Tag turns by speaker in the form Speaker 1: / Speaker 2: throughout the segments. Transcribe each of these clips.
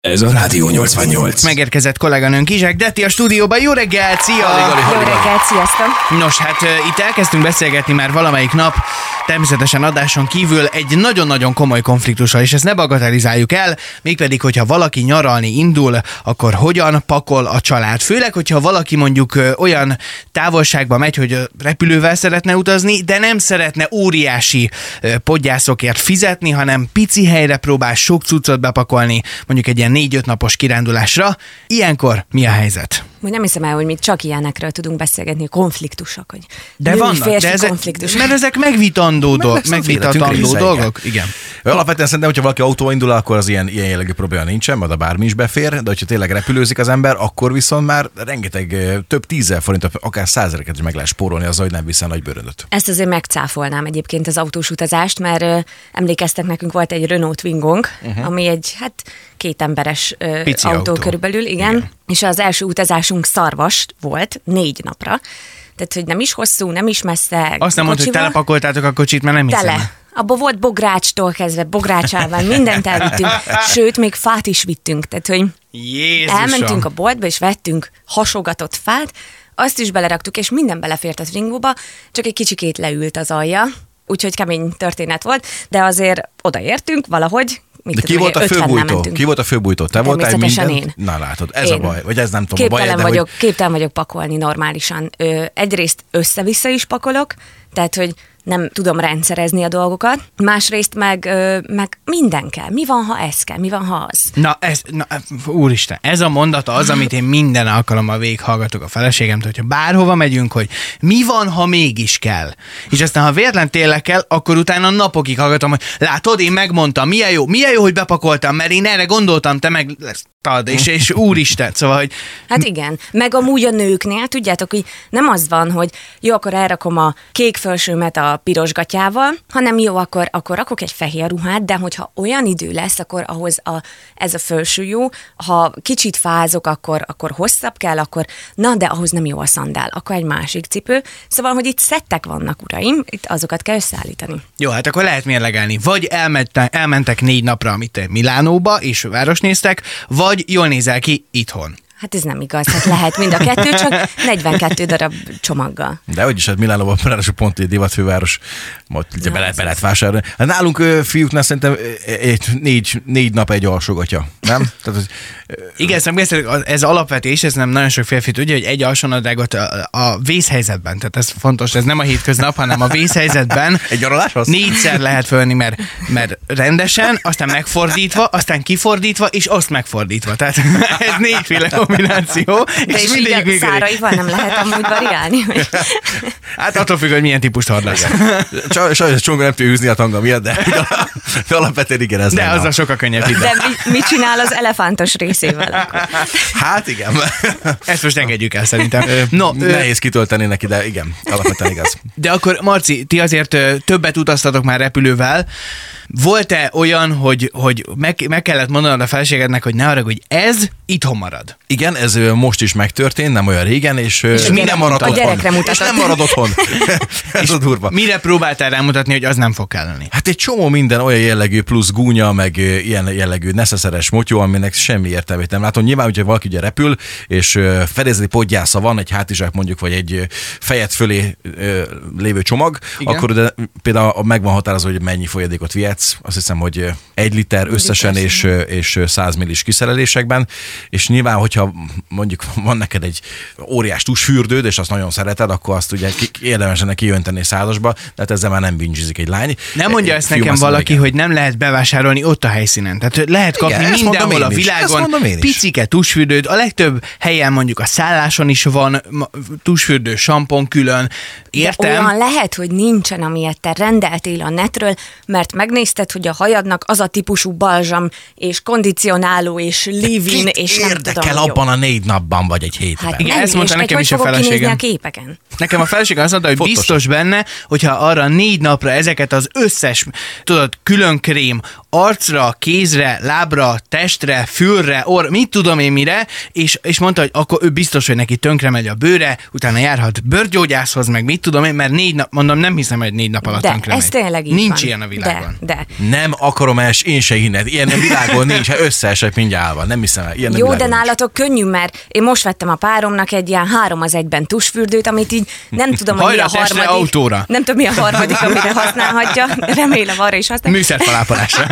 Speaker 1: Ez a Rádió 88.
Speaker 2: Megérkezett kolléganőnk Izsák Detti a stúdióba. Jó reggelt, szia!
Speaker 1: Alig, alig.
Speaker 3: Jó reggelt, sziasztok!
Speaker 2: Nos, hát ö, itt elkezdtünk beszélgetni már valamelyik nap, természetesen adáson kívül egy nagyon-nagyon komoly konfliktusról, és ezt ne bagatelizáljuk el, mégpedig, hogyha valaki nyaralni indul, akkor hogyan pakol a család. Főleg, hogyha valaki mondjuk ö, olyan távolságba megy, hogy ö, repülővel szeretne utazni, de nem szeretne óriási ö, podgyászokért fizetni, hanem pici helyre próbál sok cuccot bepakolni, mondjuk egy ilyen 4-5 napos kirándulásra. Ilyenkor mi a helyzet?
Speaker 3: Hogy nem hiszem el, hogy mi csak ilyenekről tudunk beszélgetni, konfliktusok, hogy
Speaker 2: De
Speaker 3: női
Speaker 2: vannak,
Speaker 3: férfi
Speaker 2: de ezek,
Speaker 3: konfliktusok.
Speaker 2: mert ezek megvitandó, dolg,
Speaker 1: az életünk
Speaker 2: megvitatandó
Speaker 1: része,
Speaker 2: dolgok. Igen.
Speaker 1: Alapvetően szerintem, hogyha valaki autóval indul, akkor az ilyen, ilyen jellegű probléma nincsen, mert a bármi is befér, de hogyha tényleg repülőzik az ember, akkor viszont már rengeteg eh, több tízezer forintot, akár százereket is meg lehet spórolni az, hogy nem viszel nagy bőröndöt.
Speaker 3: Ezt azért megcáfolnám egyébként az autós utazást, mert ö, emlékeztek nekünk volt egy Renault Twingunk, uh-huh. ami egy hát két emberes ö,
Speaker 2: Pici
Speaker 3: autó,
Speaker 2: autó.
Speaker 3: körülbelül, igen. igen. És az első utazásunk szarvas volt, négy napra. Tehát, hogy nem is hosszú, nem is messze.
Speaker 2: Azt nem mondta, hogy
Speaker 3: kocsival.
Speaker 2: telepakoltátok a kocsit, mert nem hiszem.
Speaker 3: Tele. Abba volt bográcstól kezdve, bográcsával, mindent elvittünk, sőt, még fát is vittünk. Tehát, hogy
Speaker 2: Jézusom.
Speaker 3: Elmentünk a boltba, és vettünk hasogatott fát, azt is beleraktuk, és minden belefért a ringóba, csak egy kicsikét leült az alja, úgyhogy kemény történet volt, de azért odaértünk valahogy, mit
Speaker 1: De ki
Speaker 3: tudom,
Speaker 1: volt a
Speaker 3: 50-nel
Speaker 1: főbújtó?
Speaker 3: mentünk.
Speaker 1: Ki volt a főbújtó? Te voltál
Speaker 3: Természetesen
Speaker 1: minden?
Speaker 3: én.
Speaker 1: Na látod, ez
Speaker 3: Én.
Speaker 1: a baj, vagy ez nem tudom, a
Speaker 3: képtelen
Speaker 1: baj, de
Speaker 3: vagyok,
Speaker 1: hogy
Speaker 3: képtelen vagyok pakolni normálisan. Ö, egyrészt össze-vissza is pakolok, tehát, hogy nem tudom rendszerezni a dolgokat, másrészt meg, ö, meg minden kell. Mi van, ha ez kell? Mi van, ha az?
Speaker 2: Na, ez, na, úristen, ez a mondata az, amit én minden alkalommal végighallgatok a feleségemtől, hogyha bárhova megyünk, hogy mi van, ha mégis kell. És aztán, ha véletlen tényleg kell, akkor utána napokig hallgatom, hogy látod, én megmondtam, milyen jó, milyen jó, hogy bepakoltam, mert én erre gondoltam, te meg lesz- tad, és, és úristen, szóval, hogy
Speaker 3: Hát igen, meg amúgy a nőknél, tudjátok, hogy nem az van, hogy jó, akkor elrakom a kék felsőmet a piros gatyával, hanem jó, akkor, akkor rakok egy fehér ruhát, de hogyha olyan idő lesz, akkor ahhoz a, ez a felső jó, ha kicsit fázok, akkor, akkor hosszabb kell, akkor na, de ahhoz nem jó a szandál, akkor egy másik cipő. Szóval, hogy itt szettek vannak, uraim, itt azokat kell összeállítani.
Speaker 2: Jó, hát akkor lehet mérlegelni. Vagy elmentek, elmentek négy napra, amit te Milánóba, és városnéztek, vagy jól nézel ki itthon.
Speaker 3: Hát ez nem igaz, hát lehet mind a kettő, csak 42 darab csomaggal.
Speaker 1: de hogy is, hát Milánóban ráadásul pont egy divatfőváros, majd ja,
Speaker 3: Ja,
Speaker 1: be, lehet,
Speaker 3: ez
Speaker 1: be lehet vásárolni. Hát nálunk ö, fiúknál szerintem ö, egy, négy, négy nap egy alsogatja, nem? Tehát, hogy ö,
Speaker 2: Igen, szerintem ez alapvetés, ez nem nagyon sok férfi tudja, hogy egy alsónadrágot a, a vészhelyzetben, tehát ez fontos, ez nem a hétköznap, hanem a vészhelyzetben
Speaker 1: Egy nyaraláshoz?
Speaker 2: négyszer lehet fölni, mert, mert rendesen, aztán megfordítva, aztán kifordítva, és azt megfordítva. Tehát ez négyféle kombináció,
Speaker 3: De
Speaker 2: és, és
Speaker 3: és, így
Speaker 2: mindegyik
Speaker 3: a
Speaker 2: működik.
Speaker 3: száraival nem lehet amúgy variálni, hogy
Speaker 2: Hát attól függ, hogy milyen típust hordasz.
Speaker 1: Saj- Sajnos a csonga nem tudja hűzni a tanga miatt, de, de alapvetően igen, ez
Speaker 2: De
Speaker 1: lenne
Speaker 2: az a
Speaker 1: a...
Speaker 2: sokkal könnyebb.
Speaker 3: De mi, mit csinál az elefántos részével? akkor?
Speaker 1: Hát igen.
Speaker 2: Ezt most engedjük el szerintem.
Speaker 1: No,
Speaker 2: No, ö,
Speaker 1: Nehéz kitölteni neki, de igen, alapvetően igaz.
Speaker 2: de akkor Marci, ti azért ö, többet utaztatok már repülővel. Volt-e olyan, hogy, hogy meg, meg kellett mondanod a feleségednek, hogy ne arra, hogy ez itthon marad?
Speaker 1: Igen, ez ö, most is megtörtént, nem olyan régen, és, ö,
Speaker 3: És a
Speaker 1: mi
Speaker 3: gyerek-
Speaker 1: nem maradt
Speaker 3: a gyerekre
Speaker 1: otthon. És
Speaker 3: mutatott.
Speaker 1: nem marad otthon. ez a durva.
Speaker 2: Mire próbáltál rámutatni, hogy az nem fog kelleni?
Speaker 1: Hát egy csomó minden olyan jellegű plusz gúnya, meg ö, ilyen jellegű neszeszeres motyó, aminek semmi értelmét nem látom. Nyilván, hogyha valaki ugye repül, és ö, fedezeti podgyásza van, egy hátizsák mondjuk, vagy egy ö, fejed fölé ö, lévő csomag,
Speaker 2: Igen.
Speaker 1: Igen. akkor de például a- meg van határozva, hogy mennyi folyadékot vihetsz. Azt hiszem, hogy ö, egy liter összesen
Speaker 3: liter,
Speaker 1: és, ö, és ö, 100 millis kiszerelésekben, és nyilván, hogyha mondjuk van neked egy óriás tusfürdőd, és azt nagyon szereted, akkor azt ugye ki- érdemes ennek kijönteni százasba, tehát ezzel már nem bingizik egy lány.
Speaker 2: Nem mondja
Speaker 1: Egy
Speaker 2: ezt
Speaker 1: fiú
Speaker 2: nekem
Speaker 1: azt mondja,
Speaker 2: valaki,
Speaker 1: igen.
Speaker 2: hogy nem lehet bevásárolni ott a helyszínen. Tehát hogy lehet
Speaker 1: Igen,
Speaker 2: kapni
Speaker 1: ezt mondom
Speaker 2: mindenhol
Speaker 1: én
Speaker 2: a
Speaker 1: is, ezt
Speaker 2: világon
Speaker 1: mondom én is.
Speaker 2: picike tusfürdőt. A legtöbb helyen mondjuk a szálláson is van ma- tusfürdő, sampon külön. Értem.
Speaker 3: Olyan lehet, hogy nincsen, amilyet te rendeltél a netről, mert megnézted, hogy a hajadnak az a típusú balzsam, és kondicionáló, és leave-in,
Speaker 1: Kit
Speaker 3: és nem
Speaker 1: érdekel
Speaker 3: tudom,
Speaker 1: abban a négy napban, vagy egy hétben?
Speaker 3: Hát
Speaker 1: Hát,
Speaker 2: Igen,
Speaker 3: nem,
Speaker 2: ezt mondta
Speaker 3: és meg
Speaker 2: nekem
Speaker 3: hogy
Speaker 2: is a
Speaker 3: fogok kinézni
Speaker 2: feleségem.
Speaker 3: a képeken?
Speaker 2: Nekem a feleségem azt mondta, hogy
Speaker 1: Fontos.
Speaker 2: biztos benne, hogyha arra négy napra ezeket az összes, tudod, külön krém, arcra, kézre, lábra, testre, fülre, orr, mit tudom én mire, és, és mondta, hogy akkor ő biztos, hogy neki tönkre megy a bőre, utána járhat bőrgyógyászhoz, meg mit tudom én, mert négy nap, mondom, nem hiszem, hogy négy nap alatt
Speaker 3: De,
Speaker 2: tönkre
Speaker 3: ez
Speaker 2: megy.
Speaker 3: tényleg így
Speaker 2: Nincs
Speaker 3: van.
Speaker 2: ilyen a világon.
Speaker 3: De, de.
Speaker 1: Nem akarom el, s én se hinned. Ilyen a világon nincs, ha összeesek mindjárt állva. Nem hiszem el. Ilyen a
Speaker 3: Jó, de
Speaker 1: világon nincs.
Speaker 3: nálatok könnyű, mert én most vettem a páromnak egy ilyen három az egyben tusfürdőt, amit így nem tudom, hogy mi
Speaker 2: Hajrá,
Speaker 3: a
Speaker 2: testre,
Speaker 3: harmadik.
Speaker 2: autóra!
Speaker 3: Nem tudom, mi a harmadik, amire használhatja. Remélem, arra is használja.
Speaker 2: Műszerfalápolásra.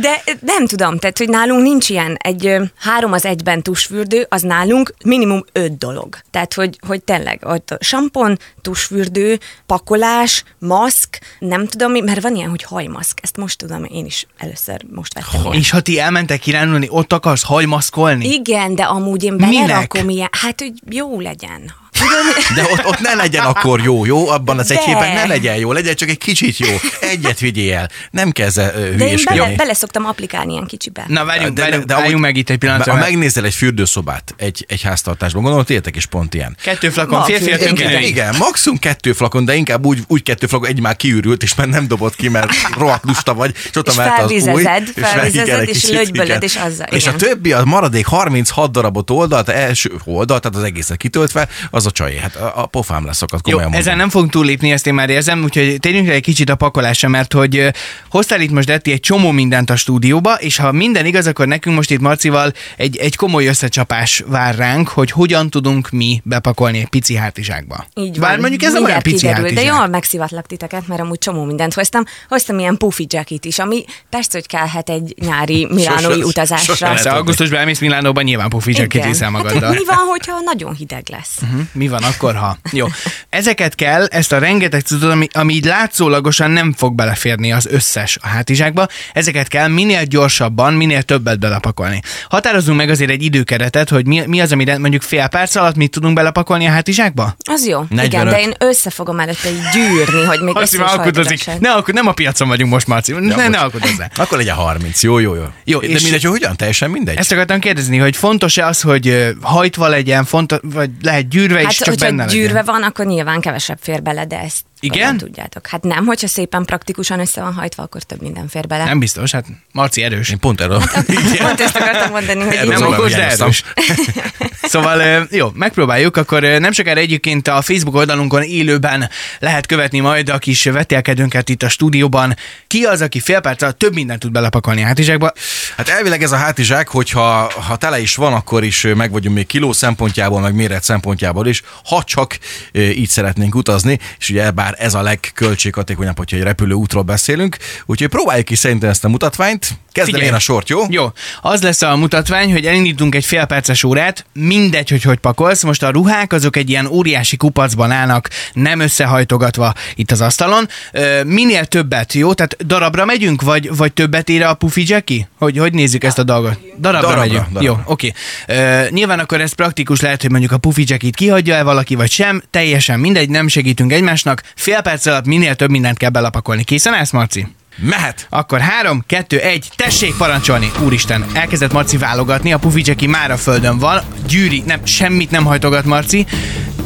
Speaker 3: De nem tudom, tehát, hogy nálunk nincs ilyen egy ö, három az egyben tusfürdő, az nálunk minimum öt dolog. Tehát, hogy, hogy tényleg, ott sampon, tusfürdő, pakolás, maszk, nem tudom, mi- mert van ilyen, hogy hajmaszk, ezt most tudom, én is először most vettem.
Speaker 2: és ha ti elmentek kirándulni, ott akarsz hajmaszkolni?
Speaker 3: Igen, de amúgy én
Speaker 2: Minek?
Speaker 3: belerakom ilyen, hát, hogy jó legyen. Hát,
Speaker 1: De ott, ott ne legyen akkor jó, jó? Abban az egy
Speaker 3: De.
Speaker 1: hétben ne legyen jó, legyen csak egy kicsit jó. Egyet vigyél el. Nem kezd el ö,
Speaker 3: De én bele,
Speaker 1: hülyéskedni.
Speaker 3: bele szoktam applikálni ilyen kicsibe.
Speaker 2: Na várjunk,
Speaker 1: De- de-
Speaker 2: várjunk,
Speaker 1: de
Speaker 2: álljunk
Speaker 1: amúgy-
Speaker 2: meg itt egy
Speaker 1: Ha
Speaker 2: pillanatra. Meg...
Speaker 1: megnézel egy fürdőszobát egy, egy háztartásban, gondolom, tétek is pont ilyen.
Speaker 2: Kettő flakon
Speaker 3: Ma
Speaker 2: férfi,
Speaker 3: fő-
Speaker 2: kettő
Speaker 1: Igen,
Speaker 2: női.
Speaker 1: igen, maximum kettő flakon, de inkább úgy, úgy kettő flakon, egy már kiürült, és már nem dobott ki, mert rohadt lusta vagy, és ott
Speaker 3: És
Speaker 1: emelt az új,
Speaker 3: felvizezed,
Speaker 1: meg igen,
Speaker 3: felvizezed,
Speaker 1: egy
Speaker 3: és
Speaker 1: kicsit,
Speaker 3: lögybölöd,
Speaker 1: igen.
Speaker 3: és azzal,
Speaker 1: És a
Speaker 3: igen.
Speaker 1: többi, a maradék 36 darabot oldalt, első oldalt, tehát az egészet kitöltve, az a csajé. Hát a, a pofám leszakadt,
Speaker 2: Jó,
Speaker 1: komolyan mondom.
Speaker 2: ezen nem fogunk túllépni, ezt én már érzem, úgyhogy térjünk rá egy kicsit a pakolásra, mert hogy ö, hoztál itt most Detti egy csomó mindent a stúdióba, és ha minden igaz, akkor nekünk most itt Marcival egy, egy komoly összecsapás vár ránk, hogy hogyan tudunk mi bepakolni egy pici hátizsákba.
Speaker 3: Így van.
Speaker 2: Bár mondjuk ez nem olyan
Speaker 3: Mindjárt
Speaker 2: pici
Speaker 3: kiderül, De
Speaker 2: hátizsák.
Speaker 3: jól megszivatlak titeket, mert amúgy csomó mindent hoztam. Hoztam ilyen pufi jacket is, ami persze, hogy kellhet egy nyári milánói
Speaker 1: Sose-
Speaker 3: utazásra.
Speaker 1: sose lehet.
Speaker 2: Persze, augusztusban elmész Milánóba, nyilván pufizsakit
Speaker 3: Igen.
Speaker 2: hiszel
Speaker 3: Hát,
Speaker 2: magaddal.
Speaker 3: hogy mi van, hogyha nagyon hideg lesz?
Speaker 2: Mhm. Mi van akkor, ha? Jó. Ezeket kell, ezt a rengeteg cuccot, ami, ami így látszólagosan nem fog beleférni az összes a hátizsákba, ezeket kell minél gyorsabban, minél többet belepakolni. Határozunk meg azért egy időkeretet, hogy mi, mi az, amit mondjuk fél perc alatt mit tudunk belepakolni a hátizsákba?
Speaker 3: Az jó.
Speaker 1: 45.
Speaker 3: Igen, de én össze fogom előtte így gyűrni, hogy még
Speaker 2: Marci
Speaker 3: össze
Speaker 2: már
Speaker 3: is
Speaker 2: alkudozik.
Speaker 3: hajtogassak.
Speaker 2: Ne, alku, nem a piacon vagyunk most, Marci. Ne, ne, ne alkudozzál.
Speaker 1: Akkor legyen 30, jó, jó, jó.
Speaker 2: Jó,
Speaker 1: de
Speaker 2: és-
Speaker 1: mindegy, hogy hogyan, teljesen mindegy.
Speaker 2: Ezt akartam kérdezni, hogy fontos-e az, hogy ö, hajtva legyen, fontos, vagy lehet gyűrve, és
Speaker 3: Hát,
Speaker 2: csak
Speaker 3: hogyha
Speaker 2: benne
Speaker 3: gyűrve
Speaker 2: legyen.
Speaker 3: van, akkor nyilván kevesebb fér bele, de ezt
Speaker 2: Igen?
Speaker 3: hogyan tudjátok. Hát nem, hogyha szépen praktikusan össze van hajtva, akkor több minden fér bele.
Speaker 2: Nem biztos, hát Marci erős.
Speaker 1: Én pont erről.
Speaker 3: Pont ezt akartam mondani, hogy
Speaker 1: Erről
Speaker 2: Nem
Speaker 3: így
Speaker 1: Szóval
Speaker 2: okos, de
Speaker 1: hiányoztam.
Speaker 2: erős. Szóval ö, jó, megpróbáljuk, akkor ö, nem sokára egyébként a Facebook oldalunkon élőben lehet követni majd a kis vetélkedőnket itt a stúdióban. Ki az, aki fél perc alatt több mindent tud belepakolni a hátizsákba?
Speaker 1: Hát elvileg ez a hátizsák, hogyha ha tele is van, akkor is meg vagyunk még kiló szempontjából, meg méret szempontjából is, ha csak e, így szeretnénk utazni, és ugye bár ez a legköltséghatékonyabb, hogyha egy repülőútról beszélünk, úgyhogy próbáljuk ki szerintem ezt a mutatványt. Kezdem
Speaker 2: Figyelj.
Speaker 1: én a sort, jó?
Speaker 2: Jó, az lesz a mutatvány, hogy elindítunk egy fél perces órát, mindegy, hogy hogy pakolsz. Most a ruhák azok egy ilyen óriási kupacban állnak, nem összehajtogatva itt az asztalon. Ö, minél többet, jó? Tehát darabra megyünk, vagy, vagy többet ér a pufi Jackie? Hogy, hogy nézzük ezt a dolgot? Darabra,
Speaker 1: Darabra,
Speaker 2: megyünk.
Speaker 1: darabra.
Speaker 2: Jó, oké. Ö, nyilván akkor ez praktikus lehet, hogy mondjuk a pufi Jackie-t kihagyja el valaki, vagy sem. Teljesen mindegy, nem segítünk egymásnak. Fél perc alatt minél több mindent kell belapakolni. Készen állsz, Marci?
Speaker 1: Mehet!
Speaker 2: Akkor 3, 2, 1, tessék parancsolni! Úristen, elkezdett Marci válogatni, a puficseki már a földön van, Gyűri, nem, semmit nem hajtogat Marci,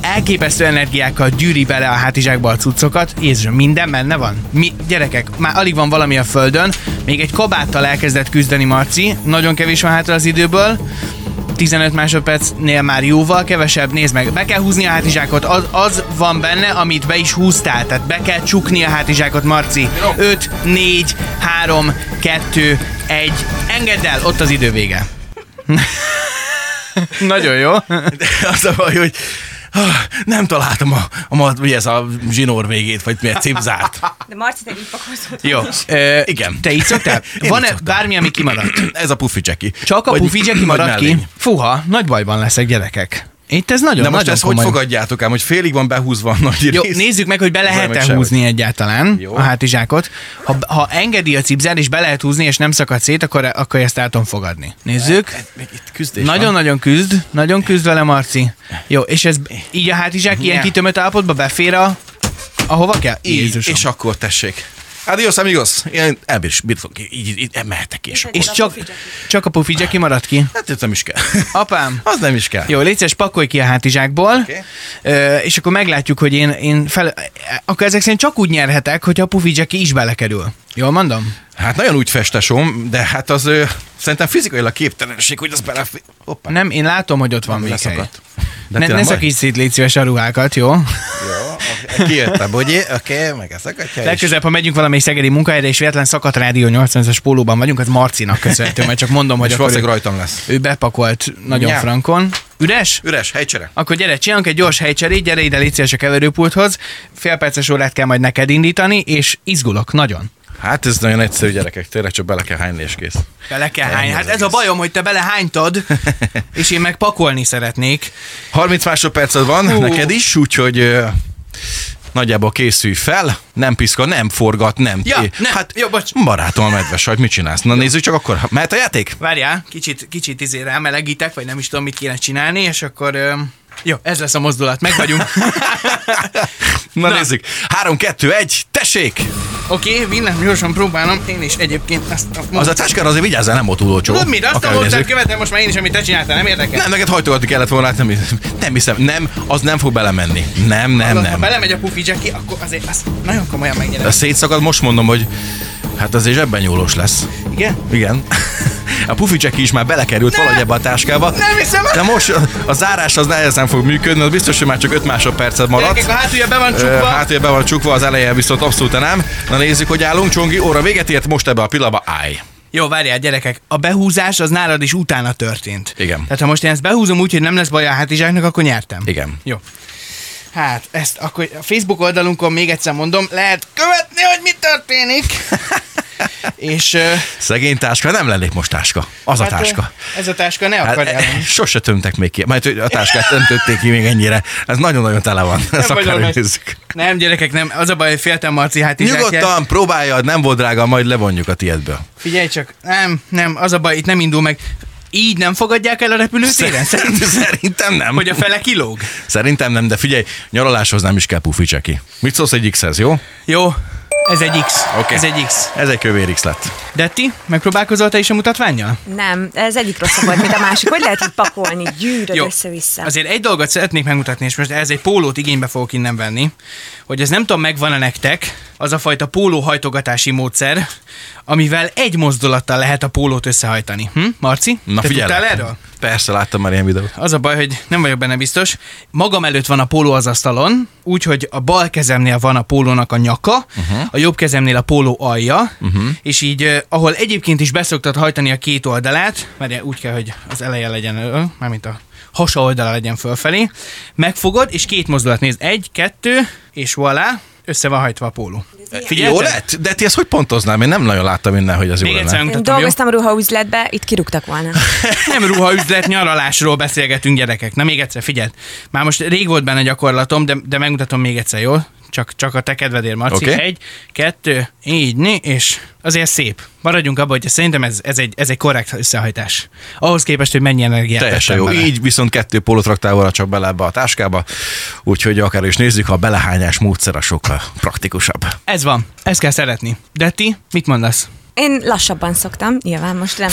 Speaker 2: elképesztő energiákkal gyűri bele a hátizsákba a cuccokat, Jézusom, minden benne van. Mi, gyerekek, már alig van valami a földön, még egy kabáttal elkezdett küzdeni Marci, nagyon kevés van hátra az időből, 15 másodpercnél már jóval kevesebb, nézd meg, be kell húzni a hátizsákot, az, az van benne, amit be is húztál, tehát be kell csukni a hátizsákot, Marci. 5, 4, 3, 2, 1, engedd el, ott az idő vége. Nagyon jó.
Speaker 1: Az a baj, hogy ah, nem találtam a, a, ma- mi ez a zsinór végét, vagy mi a cipzárt.
Speaker 3: De Marci, te így pakolsz
Speaker 2: Jó. Ö,
Speaker 1: Igen.
Speaker 2: Te így szoktál?
Speaker 1: Én
Speaker 2: Van-e
Speaker 1: így szoktam.
Speaker 2: bármi, ami kimaradt?
Speaker 1: Ez a pufi Jackie.
Speaker 2: Csak a
Speaker 1: Vagy-
Speaker 2: pufi Jackie
Speaker 1: vagy
Speaker 2: maradt ki?
Speaker 1: mellény.
Speaker 2: Fúha, nagy bajban leszek, gyerekek. Itt ez nagyon,
Speaker 1: De most
Speaker 2: nagyon
Speaker 1: ezt hogy
Speaker 2: komoly.
Speaker 1: fogadjátok ám, hogy félig van behúzva a nagy
Speaker 2: Jó,
Speaker 1: rész?
Speaker 2: nézzük meg, hogy be
Speaker 1: Valamit
Speaker 2: lehet-e
Speaker 1: sem.
Speaker 2: húzni egyáltalán
Speaker 1: Jó.
Speaker 2: a hátizsákot. Ha, ha engedi a cipzár, és be lehet húzni, és nem szakad szét, akkor, akkor ezt el tudom fogadni. Nézzük.
Speaker 1: Még itt küzdés Hát, van.
Speaker 2: Nagyon-nagyon küzd, nagyon küzd vele, Marci. Jó, és ez így a hátizsák ilyen
Speaker 1: Ja.
Speaker 2: kitömött állapotba befér a... Ahova kell?
Speaker 1: Így,
Speaker 2: Jézusom.
Speaker 1: és akkor tessék. Adios, amigos. Ilyen ebből is mit fog, így, így, mehetek és
Speaker 2: És csak, csak a pufi Jackie maradt ki.
Speaker 1: Hát ez nem is kell.
Speaker 2: Apám.
Speaker 1: Az nem is kell.
Speaker 2: Jó, légy szíves, pakolj ki a hátizsákból,
Speaker 1: Oké.
Speaker 2: okay. és akkor meglátjuk, hogy én, én fel... Akkor ezek szerint csak úgy nyerhetek, hogyha a pufi Jackie is belekerül. Jól mondom?
Speaker 1: Hát nagyon úgy festesom, de hát az ö, szerintem fizikailag képtelenség, hogy az belefér. Hoppá.
Speaker 2: Nem, én látom, hogy ott van még hely.
Speaker 1: leszakadt. De
Speaker 2: Ne,
Speaker 1: tényleg
Speaker 2: ne
Speaker 1: baj?
Speaker 2: szakíts szét, légy szíves a ruhákat, jó?
Speaker 1: Jó, kijött a bogyi, oké, okay, meg a szakadja.
Speaker 2: Legközelebb, ha megyünk valamelyik szegedi munkahelyre, és véletlen szakadt rádió 80-as pólóban vagyunk, az Marcinak köszönhető, mert csak mondom,
Speaker 1: és,
Speaker 2: hogy
Speaker 1: és
Speaker 2: akkor ő,
Speaker 1: valószínűleg rajtam lesz.
Speaker 2: ő bepakolt nagyon
Speaker 1: Nyá.
Speaker 2: frankon. Üres?
Speaker 1: Üres, helycsere.
Speaker 2: Akkor gyere, csinálunk egy gyors helycserét, gyere ide, légy szíves a keverőpulthoz. Félperces órát kell majd neked indítani, és izgulok nagyon.
Speaker 1: Hát ez nagyon egyszerű gyerekek, tényleg csak bele kell hányni és kész.
Speaker 2: Bele kell hányni. Hát
Speaker 1: az
Speaker 2: ez a bajom, hogy te belehánytad, és én meg pakolni szeretnék.
Speaker 1: 30 másodperced van
Speaker 2: Hú.
Speaker 1: neked is, úgyhogy ö, nagyjából készülj fel, nem piszka, nem forgat, nem.
Speaker 2: Ja,
Speaker 1: té-
Speaker 2: nem.
Speaker 1: Hát,
Speaker 2: Jó, bocs.
Speaker 1: barátom a medvesajt, mit csinálsz? Na nézzük csak akkor, ha- mehet a játék?
Speaker 2: Várjál, kicsit, kicsit izé rámelegítek, vagy nem is tudom, mit kéne csinálni, és akkor... öm, Jó, ez lesz a mozdulat, meg vagyunk.
Speaker 1: Na,
Speaker 2: Na.
Speaker 1: nézzük. 3, 2, 1, tessék!
Speaker 2: Oké, okay, minden gyorsan próbálom, én is egyébként ezt a...
Speaker 1: Az a táskára azért vigyázzál, nem volt túl olcsó.
Speaker 2: Tudod mit, azt a
Speaker 1: Akárhogy
Speaker 2: módszert
Speaker 1: nézzük.
Speaker 2: követem most már én is, amit te csináltál, nem érdekel?
Speaker 1: Nem, neked hajtogatni kellett volna, hát nem, hisz- nem hiszem, nem, az nem fog belemenni. Nem, nem,
Speaker 2: Tudod, Ha
Speaker 1: nem.
Speaker 2: belemegy a pufi Jackie, akkor azért azt nagyon komolyan megnyerem.
Speaker 1: A szétszakad, most mondom, hogy hát azért zsebben nyúlós lesz.
Speaker 2: Igen?
Speaker 1: Igen. A pufi Jackie is már belekerült
Speaker 2: Nem!
Speaker 1: valahogy ebbe a táskába.
Speaker 2: Nem hiszem el!
Speaker 1: De most a zárás az nehezen fog működni, az biztos, hogy már csak 5 másodpercet maradt.
Speaker 2: Gyerekek, a hátulja be van
Speaker 1: Ö, hát
Speaker 2: csukva.
Speaker 1: Hátulja be van csukva, az eleje viszont abszolút nem. Na nézzük, hogy állunk. Csongi, óra véget ért, most ebbe a pillanatba állj.
Speaker 2: Jó, várjál, gyerekek, a behúzás az nálad is utána történt.
Speaker 1: Igen.
Speaker 2: Tehát ha most én ezt behúzom úgy, hogy nem lesz baj a hátizsáknak, akkor nyertem.
Speaker 1: Igen.
Speaker 2: Jó. Hát, ezt akkor a Facebook oldalunkon még egyszer mondom, lehet követni, hogy mi történik. És ö,
Speaker 1: Szegény táska, nem lennék most táska. Az a
Speaker 2: hát, ö,
Speaker 1: táska.
Speaker 2: Ez a táska, ne
Speaker 1: Hát,
Speaker 2: akarjál.
Speaker 1: eh, sose tömtek még ki. Majd a táskát nem tömték ki még ennyire. Ez nagyon-nagyon tele van. Ezt
Speaker 2: vagy
Speaker 1: akár
Speaker 2: normális.
Speaker 1: nézzük.
Speaker 2: Nem, gyerekek, nem. Az a baj, hogy féltem Marci hátizsákját.
Speaker 1: Nyugodtan próbáljad, nem volt drága, majd levonjuk a tiédből.
Speaker 2: Figyelj csak, nem, nem, az a baj, itt nem indul meg. Így nem fogadják el a repülőtéren? Szerintem,
Speaker 1: Szerintem nem.
Speaker 2: hogy a fele kilóg?
Speaker 1: Szerintem nem, de figyelj, nyaraláshoz nem is kell pufi ki. Mit szólsz egy X-hez, jó?
Speaker 2: Jó, ez egy X.
Speaker 1: Oké.
Speaker 2: Ez egy X.
Speaker 1: Ez egy kövér X lett.
Speaker 2: Detti, megpróbálkozol te is a mutatványjal?
Speaker 3: Nem, ez egyik rosszabb volt, mint a másik. Hogy lehet így pakolni? Gyűröd össze-vissza.
Speaker 2: Azért egy dolgot szeretnék megmutatni, és most ez egy pólót igénybe fogok innen venni, hogy ez nem tudom, megvan-e nektek, az a fajta pólóhajtogatási módszer, amivel egy mozdulattal lehet a pólót összehajtani. Hm? Marci?
Speaker 1: Na
Speaker 2: te
Speaker 1: figyelj.
Speaker 2: tudtál erről?
Speaker 1: Persze, láttam már ilyen videót.
Speaker 2: Az a baj, hogy nem vagyok benne biztos. Magam előtt van a póló az asztalon, úgyhogy a bal kezemnél van a pólónak a nyaka, uh-huh. a jobb kezemnél a póló alja, uh-huh. és így, eh, ahol egyébként is beszoktad hajtani a két oldalát, mert úgy kell, hogy az eleje legyen, ö, mármint a hasa oldala legyen fölfelé, megfogod, és két mozdulat néz. Egy, kettő, és voilà, össze van hajtva a póló.
Speaker 1: Jó lett? De ti ezt hogy pontoznám? Én nem nagyon láttam innen, hogy az jó
Speaker 2: Még egyszer
Speaker 1: lenne.
Speaker 3: Én
Speaker 2: mutatom, jó?
Speaker 3: dolgoztam ruhaüzletbe, itt kirúgtak volna.
Speaker 2: Nem ruhaüzlet, nyaralásról beszélgetünk gyerekek. Na még egyszer, figyeld. Már most rég volt benne gyakorlatom, de, de megmutatom még egyszer, jó? Csak, csak a te kedvedért, Marci.
Speaker 1: Oké.
Speaker 2: Okay. Egy, kettő, így, né, és azért szép. Maradjunk abban, hogy szerintem ez, ez, egy, ez egy korrekt összehajtás. Ahhoz képest, hogy mennyi energiát
Speaker 1: Teljesen
Speaker 2: tettem
Speaker 1: jó.
Speaker 2: bele.
Speaker 1: Így viszont kettő pólót raktál volna csak bele ebbe a táskába, úgyhogy akár is nézzük, ha a belehányás módszer a sokkal praktikusabb.
Speaker 2: Ez van. Ezt kell szeretni. De ti mit mondasz?
Speaker 3: Én lassabban szoktam, nyilván most nem.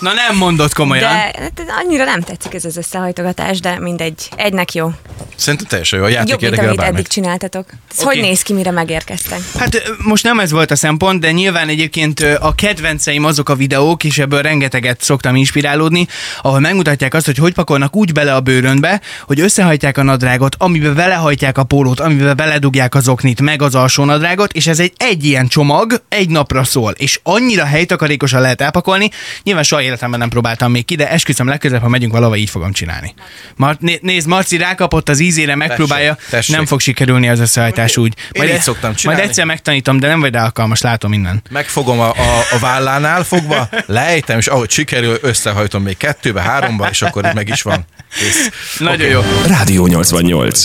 Speaker 2: Na nem mondod komolyan.
Speaker 3: De hát annyira nem tetszik ez az összehajtogatás, de mindegy. Egynek jó.
Speaker 1: Szerintem teljesen jó. A játék
Speaker 3: Jobb, mint
Speaker 1: érdekel
Speaker 3: amit eddig
Speaker 1: bármit.
Speaker 3: csináltatok.
Speaker 2: Oké.
Speaker 3: Ez hogy néz ki, mire megérkeztek?
Speaker 2: Hát ö, most nem ez volt a szempont, de nyilván egyébként ö, a kedvenceim azok a videók, és ebből rengeteget szoktam inspirálódni, ahol megmutatják azt, hogy hogy pakolnak úgy bele a bőrönbe, hogy összehajtják a nadrágot, amiben velehajtják a pólót, amiben beledugják az oknit, meg az alsó nadrágot, és ez egy, egy ilyen csomag egy napra szól, és annyira helytakarékosan lehet elpakolni. Nyilván soha életemben nem próbáltam még ki, de esküszöm legközelebb, ha megyünk valahova, így fogom csinálni. Mar- né- nézd, Marci rákapott az ízére, megpróbálja,
Speaker 1: tessék.
Speaker 2: nem fog sikerülni az összehajtás úgy.
Speaker 1: Én így szoktam csinálni.
Speaker 2: e- Majd egyszer megtanítom, de nem vagy rá alkalmas, látom innen.
Speaker 1: Megfogom a, a, a vállánál fogva, lejtem, és ahogy sikerül, összehajtom még kettőbe, háromba, és akkor itt meg is van. Kész.
Speaker 2: Nagyon
Speaker 1: Oké.
Speaker 2: jó.
Speaker 4: Rádió 88.